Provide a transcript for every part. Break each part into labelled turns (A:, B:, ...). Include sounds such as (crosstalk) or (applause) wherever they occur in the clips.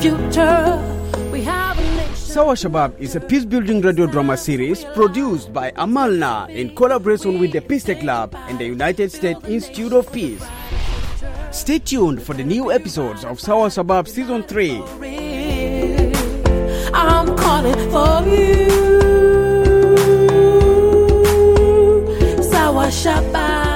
A: future. We have a nation.
B: Sawa Shabab is a peace building radio drama series produced by Amalna in collaboration with the Peace Tech Lab and the United States Institute of Peace. Stay tuned for the new episodes of Sawa Shabab Season 3.
A: I'm calling for you. Sawa Shabbat.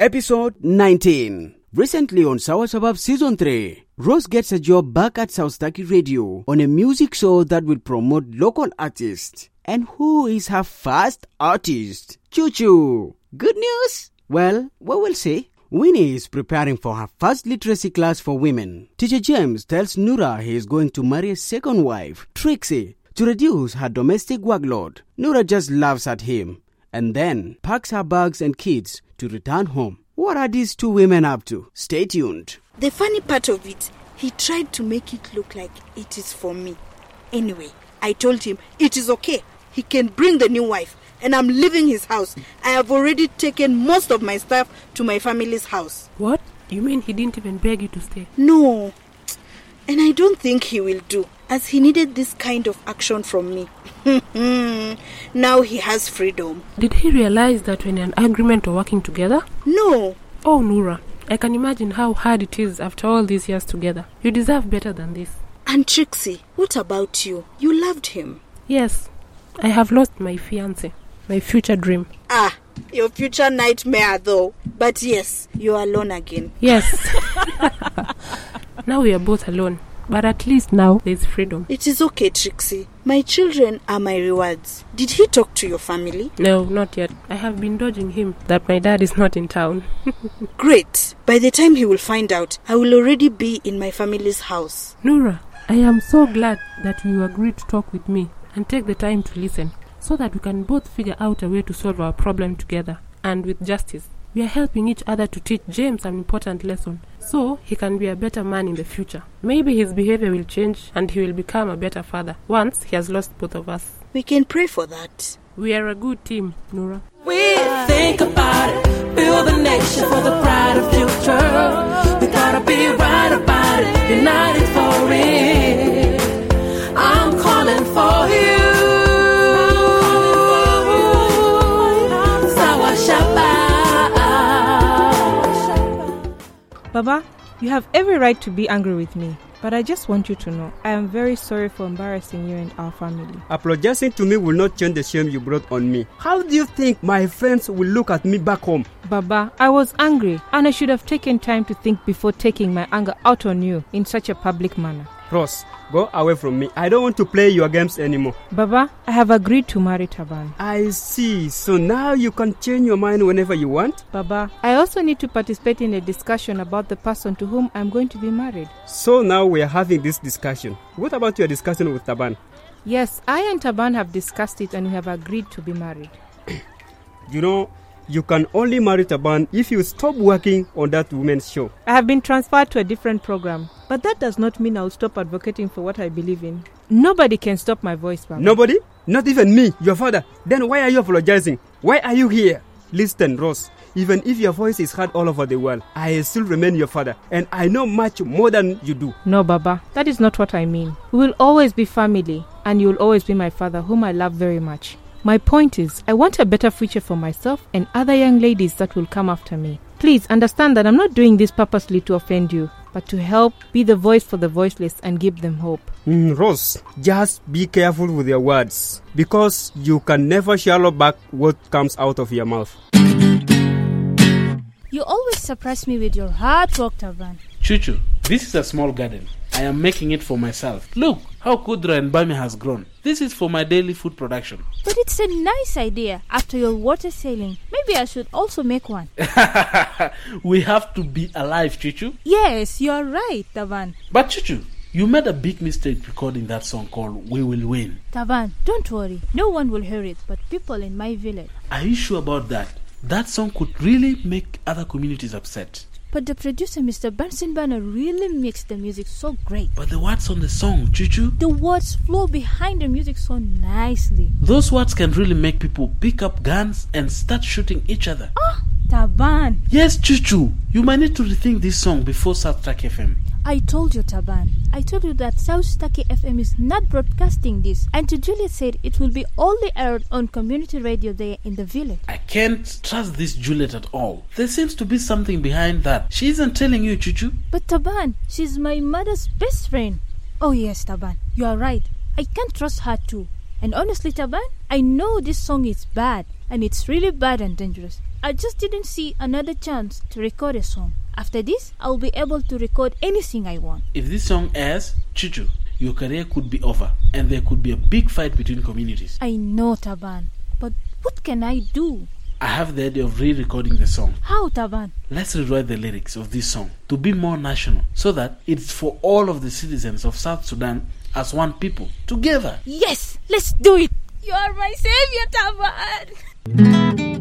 B: Episode 19. Recently on Sour Suburb Season 3, Rose gets a job back at South Turkey Radio on a music show that will promote local artists. And who is her first artist? Choo Choo! Good news? Well, we will see. Winnie is preparing for her first literacy class for women. Teacher James tells Nura he is going to marry a second wife, Trixie, to reduce her domestic workload. Nura just laughs at him and then packs her bags and kids to return home. What are these two women up to? Stay tuned.
C: The funny part of it, he tried to make it look like it is for me. Anyway, I told him it is okay. He can bring the new wife, and I'm leaving his house. I have already taken most of my stuff to my family's house.
D: What? You mean he didn't even beg you to stay?
C: No. And I don't think he will do, as he needed this kind of action from me. (laughs) now he has freedom.
D: Did he realize that when an agreement or working together?
C: No,
D: Oh, Nura, I can imagine how hard it is after all these years together. You deserve better than this.
C: And Trixie, what about you? You loved him.
D: Yes, I have lost my fiance, my future dream.
C: Ah, your future nightmare, though. But yes, you're alone again.
D: Yes. (laughs) now we are both alone, but at least now there's freedom.
C: It is okay, Trixie. My children are my rewards. Did he talk to your family?
D: No, not yet. I have been dodging him that my dad is not in town.
C: Great. By the time he will find out, I will already be in my family's house.
D: Nura, I am so glad that you agreed to talk with me and take the time to listen so that we can both figure out a way to solve our problem together and with justice. We are helping each other to teach James an important lesson so he can be a better man in the future. Maybe his behavior will change and he will become a better father once he has lost both of us.
C: We can pray for that.
D: We are a good team, Nura.
A: We think about it, build a nation for the brighter future. We gotta be right about it, united for it. I'm calling for you. Sawa Shabbat.
E: Baba, you have every right to be angry with me, but I just want you to know I am very sorry for embarrassing you and our family.
B: Apologizing to me will not change the shame you brought on me. How do you think my friends will look at me back home?
E: Baba, I was angry and I should have taken time to think before taking my anger out on you in such a public manner.
B: Ross, go away from me. I don't want to play your games anymore.
E: Baba, I have agreed to marry Taban.
B: I see. So now you can change your mind whenever you want?
E: Baba, I also need to participate in a discussion about the person to whom I'm going to be married.
B: So now we are having this discussion. What about your discussion with Taban?
E: Yes, I and Taban have discussed it and we have agreed to be married.
B: You know, you can only marry Taban if you stop working on that woman's show.
E: I have been transferred to a different program, but that does not mean I'll stop advocating for what I believe in. Nobody can stop my voice, Baba.
B: Nobody? Not even me, your father. Then why are you apologizing? Why are you here? Listen, Ross, even if your voice is heard all over the world, I still remain your father, and I know much more than you do.
E: No, Baba, that is not what I mean. We will always be family, and you will always be my father, whom I love very much. My point is, I want a better future for myself and other young ladies that will come after me. Please understand that I'm not doing this purposely to offend you, but to help be the voice for the voiceless and give them hope.
B: Mm, Ross, just be careful with your words, because you can never shallow back what comes out of your mouth.
F: You always surprise me with your hard work, Tavan.
G: Chuchu, this is a small garden. I am making it for myself. Look how Kudra and Bami has grown. This is for my daily food production.
F: But it's a nice idea after your water sailing. Maybe I should also make one.
G: we have to be alive, Chuchu.
F: yes, you are right, Tavan.
G: But Chuchu, you made a big mistake recording that song called We Will Win.
F: Tavan, don't worry. No one will hear it but people in my village.
G: Are you sure about that? That song could really make other communities upset.
F: But the producer, Mr. Benson Banner, really makes the music so great.
G: But the words on the song, Chuchu,
F: The words flow behind the music so nicely.
G: those words can really make people pick up guns and start shooting each other.
F: Ah, Tavan.
G: Yes, Chuchu, you might need to rethink this song before South Track FM.
F: I told you, Taban. I told you that South Staki FM is not broadcasting this. And to Juliet said it will be only aired on community radio there in the village.
G: I can't trust this Juliet at all. There seems to be something behind that. She isn't telling you, Chuchu.
F: But Taban, she's my mother's best friend. Oh yes, Taban, you are right. I can't trust her too. And honestly, Taban, I know this song is bad, and it's really bad and dangerous. I just didn't see another chance to record a song. After this, I'll be able to record anything I want.
G: If this song airs, Chuchu, your career could be over, and there could be a big fight between communities.
F: I know, Taban, but what can I do?
G: I have the idea of re recording the song.
F: How, Taban?
G: Let's rewrite the lyrics of this song to be more national so that it's for all of the citizens of South Sudan as one people, together.
F: Yes, let's do it. You are my savior, Taban.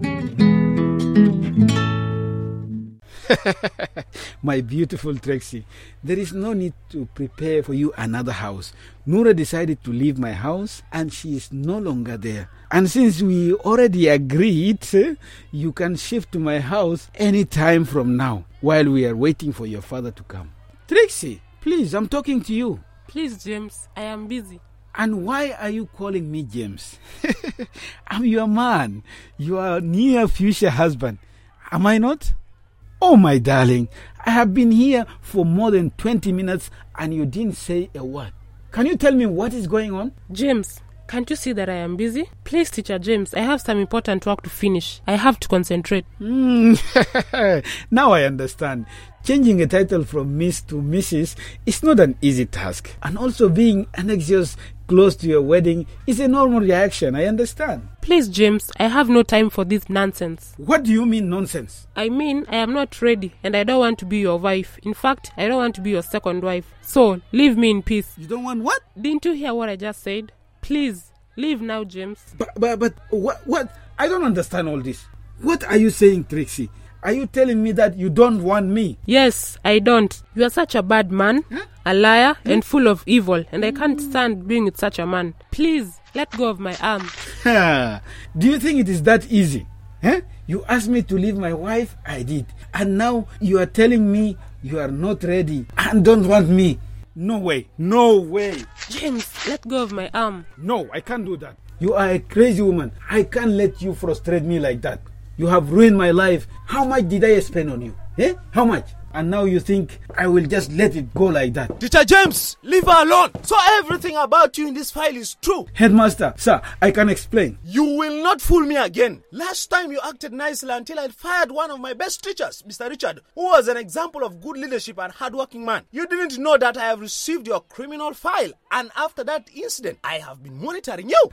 H: My beautiful Trixie, there is no need to prepare for you another house. Nora decided to leave my house and she is no longer there. And since we already agreed, eh, you can shift to my house any time from now while we are waiting for your father to come. Trixie, please, I'm talking to you.
D: Please, James, I am busy.
H: And why are you calling me James? (laughs) I'm your man, your near future husband. Am I not? Oh, my darling, I have been here for more than 20 minutes and you didn't say a word. Can you tell me what is going on? (laughs)
D: James, can't you see that I am busy? Please, teacher James, I have some important work to finish. I have to concentrate.
H: Hmm. now I understand. Changing a title from Miss to Mrs. is not an easy task. And also, being anxious close to your wedding is a normal reaction. I understand.
D: Please, James, I have no time for this nonsense.
H: What do you mean, nonsense?
D: I mean, I am not ready and I don't want to be your wife. In fact, I don't want to be your second wife. So, leave me in peace.
H: You don't want what?
D: Didn't you hear what I just said? Please, leave now, James.
H: But, but, but what, what? I don't understand all this. What are you saying, Trixie? Are you telling me that you don't want me?
D: Yes, I don't. You are such a bad man, a liar, and full of evil, and I can't stand being with such a man. Please, let go of my arm.
H: Ha! (laughs) Do you think it is that easy? Eh? You asked me to leave my wife, I did. And now you are telling me you are not ready and don't want me. No way. No way.
D: James, let go of my arm.
H: No, I can't do that. You are a crazy woman. I can't let you frustrate me like that. You have ruined my life. How much did I spend on you? Eh? How much? And now you think I will just let it go like that.
I: Teacher James, leave her alone. So everything about you in this file is true.
H: Headmaster, sir, I can explain.
I: You will not fool me again. Last time you acted nicely until I fired one of my best teachers, Mr. Richard, who was an example of good leadership and hardworking man. You didn't know that I have received your criminal file, and after that incident, I have been monitoring you.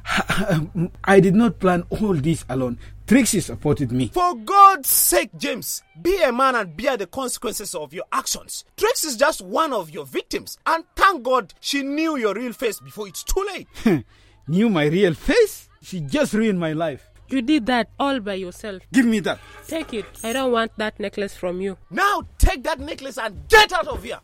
H: I did not plan all this alone. Trixie supported me. (laughs)
I: For God's sake, James, be a man and bear the consequences of your actions. Trix is just one of your victims, and thank God she knew your real face before it's too late.
H: Knew my real face? She just ruined my life.
D: You did that all by yourself.
H: Give me that.
D: Take it. I don't want that necklace from you.
I: Now take that necklace and get out of here.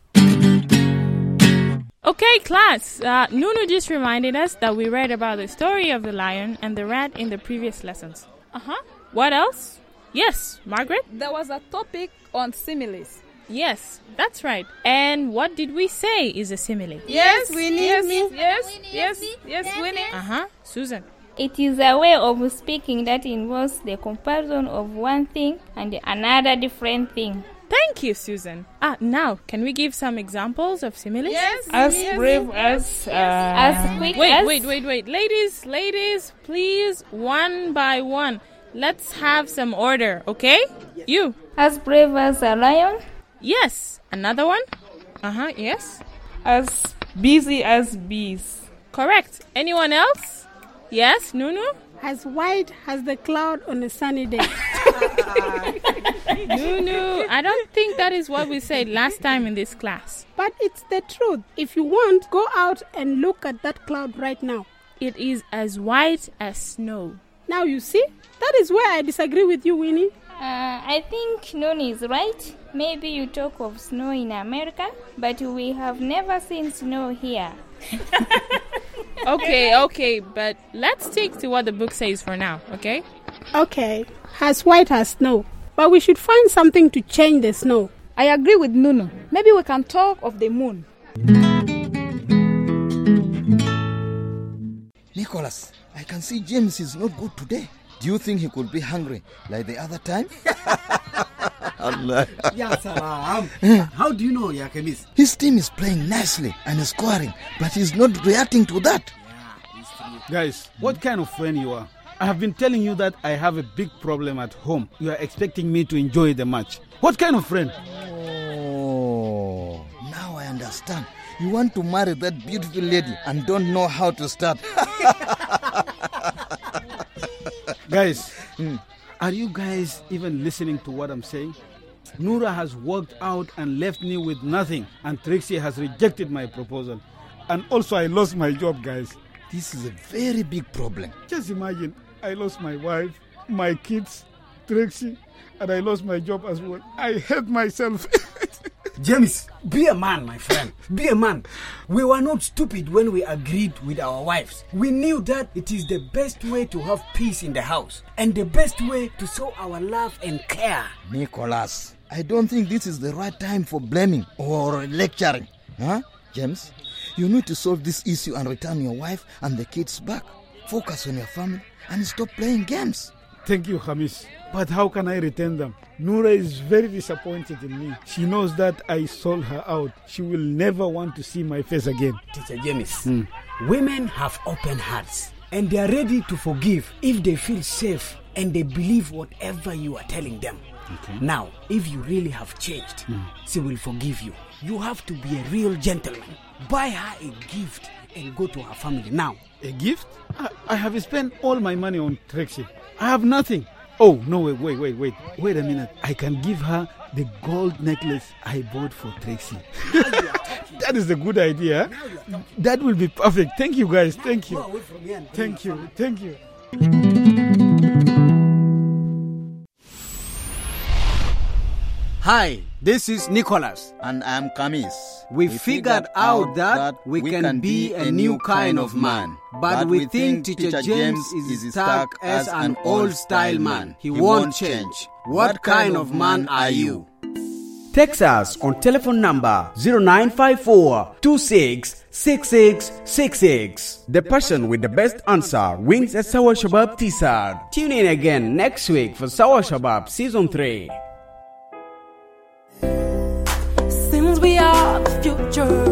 J: Okay, class. Uh, Nunu just reminded us that we read about the story of the lion and the rat in the previous lessons. Uh huh. What else? Yes, Margaret?
K: There was a topic on similes.
J: Yes, that's right. And what did we say is a simile?
K: Yes, we need yes, me. Yes,
J: Yes, yes, yes, Winnie. Uh huh. Susan.
L: It is a way of speaking that involves the comparison of one thing and another different thing.
J: Thank you, Susan. Ah, now, can we give some examples of similes?
K: yes,
M: As
K: yes.
M: brave as. Uh,
L: As quick
J: Wait,
L: as
J: wait, wait, wait. Ladies, ladies, please, one by one. Let's have some order, okay? You.
L: as brave as a lion,
J: Yes. Another one? Uh huh. Yes.
M: as busy as bees.
J: Correct. Anyone else? Yes, Nunu?
N: as white as the cloud on a sunny day.
J: Nunu, I don't think that is what we said last time in this class.
N: But it's the truth. If you want, go out and look at that cloud right now.
J: It is as white as snow.
N: Now you see? That is where I disagree with you, Winnie.
L: uh, I think Noni is right. Maybe you talk of snow in America, but we have never seen snow here.
J: (laughs) Okay, okay, but let's stick to what the book says for now, okay?
N: Okay, as white as snow. But we should find something to change the snow.
K: I agree with Nunu. Maybe we can talk of the moon.
O: Nicholas, I can see James is not good today. Do you think he could be hungry like the other time? (laughs) Allah.
P: Yeah, Salam. How do you know, Yakemis?
O: Hmm. His team is playing nicely and is scoring, but he's not reacting to that.
H: Guys, what kind of friend you are? I have been telling you that I have a big problem at home. You are expecting me to enjoy the match. What kind of friend?
O: Oh, now I understand. You want to marry that beautiful lady and don't know how to start.
H: Guys, hmm, are you guys even listening to what I'm saying? Nura has worked out and left me with nothing, and Trixie has rejected my proposal. And also, I lost my job, guys.
O: This is a very big problem.
H: Just imagine, I lost my wife, my kids, Trixie, and I lost my job as well. I hate myself. (laughs)
P: James, be a man, my friend. Be a man. We were not stupid when we agreed with our wives. We knew that it is the best way to have peace in the house and the best way to show our love and care.
O: Nicholas, I don't think this is the right time for blaming or lecturing. Huh? James, you need to solve this issue and return your wife and the kids back. Focus on your family and stop playing games.
H: Thank you, Hamis. But how can I return them? Nora is very disappointed in me. She knows that I sold her out. She will never want to see my face again. Hmm.
P: Teacher James, women have open hearts and they are ready to forgive if they feel safe and they believe whatever you are telling them. Now, if you really have changed,
B: Hmm.
P: she will forgive you. You have to be a real gentleman. Buy her a gift and go to her family now.
H: A gift? I, I have spent all my money on Trixie. I have nothing. Oh, no, wait, wait, wait, wait. Wait a minute. I can give her the gold necklace I bought for Trixie. (laughs) that is a good idea. That will be perfect. Thank you, guys. Thank you. Thank you. Thank you.
B: Hi, this is Nicholas.
O: And I'm Kamis.
B: We, figured out that, we can, be a new kind of man. But we think Teacher James is stuck as an old style man. He won't change. What kind of man are you? Text us on telephone number 0954 266666. The person with the best answer wins a Sawa Shabab T-shirt. Tune in again next week for Sawa Shabab Season 3.
A: Since we are the future,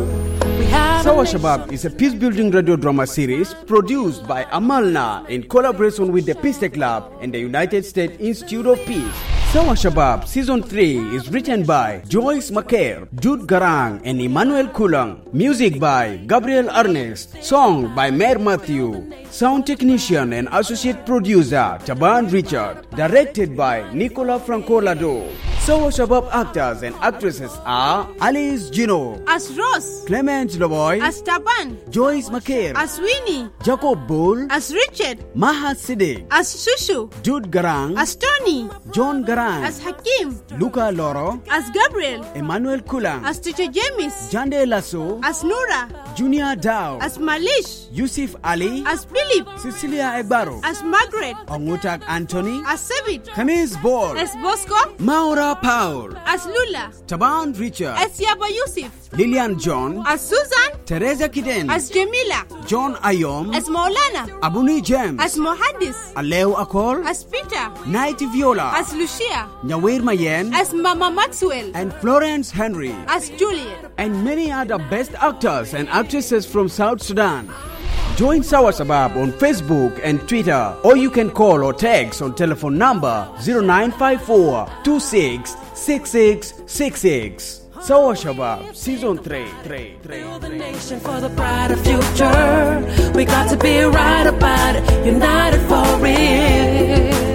A: we have
B: Sawa Shabab is a peace building radio drama series produced by Amalna in collaboration with the Peace Tech Lab and the United States Institute of Peace. Sawa Shabab Season 3 is written by Joyce McCare, Jude Garang, and Emmanuel Kulang. Music by Gabriel Ernest. Song by Mayor Matthew. Sound technician and associate producer Taban Richard. Directed by Nicola Franco Lado. Sawa Shabab actors and actresses are Alice Gino,
Q: As Rose,
B: Clement Loboy,
Q: as Taban,
B: Joyce McCare,
Q: as Winnie,
B: Jacob Bull,
Q: as Richard,
B: Maha Siddiq,
Q: as Shushu,
B: Jude Garang,
Q: as Tony,
B: John Garang,
Q: as Hakim,
B: Luca Loro,
Q: as Gabriel,
B: Emmanuel Kulang,
Q: as Teacher James,
B: Jande Lasso,
Q: as Nora,
B: Junior Dow,
Q: as Malish,
B: Yusuf Ali,
Q: as Philip,
B: Cecilia Ebaro,
Q: as Margaret,
B: Ongutak Anthony,
Q: as Savit,
B: Kamis Ball,
Q: as Bosco,
B: Maura Paul,
Q: as Lula,
B: Taban Richard,
Q: as Yaba Yusuf,
B: Lillian John,
Q: as Susan,
B: Teresa Kiden,
Q: as Jamila,
B: John Ayom,
Q: as Maulana,
B: Abuni James,
Q: as Mohadis,
B: Aleu Akol,
Q: as Peter,
B: Night Viola,
Q: as Lucia,
B: Nyawir Mayen,
Q: as Mama Maxwell,
B: and Florence Henry,
Q: as Juliet.
B: and many other best actors and actresses from South Sudan. Join Sawasabab on Facebook and Twitter, or you can call or text on telephone number 0954 266666. Sawasabab Season 3. three, three.
A: nation for the brighter future. We got to be right about it, united for it.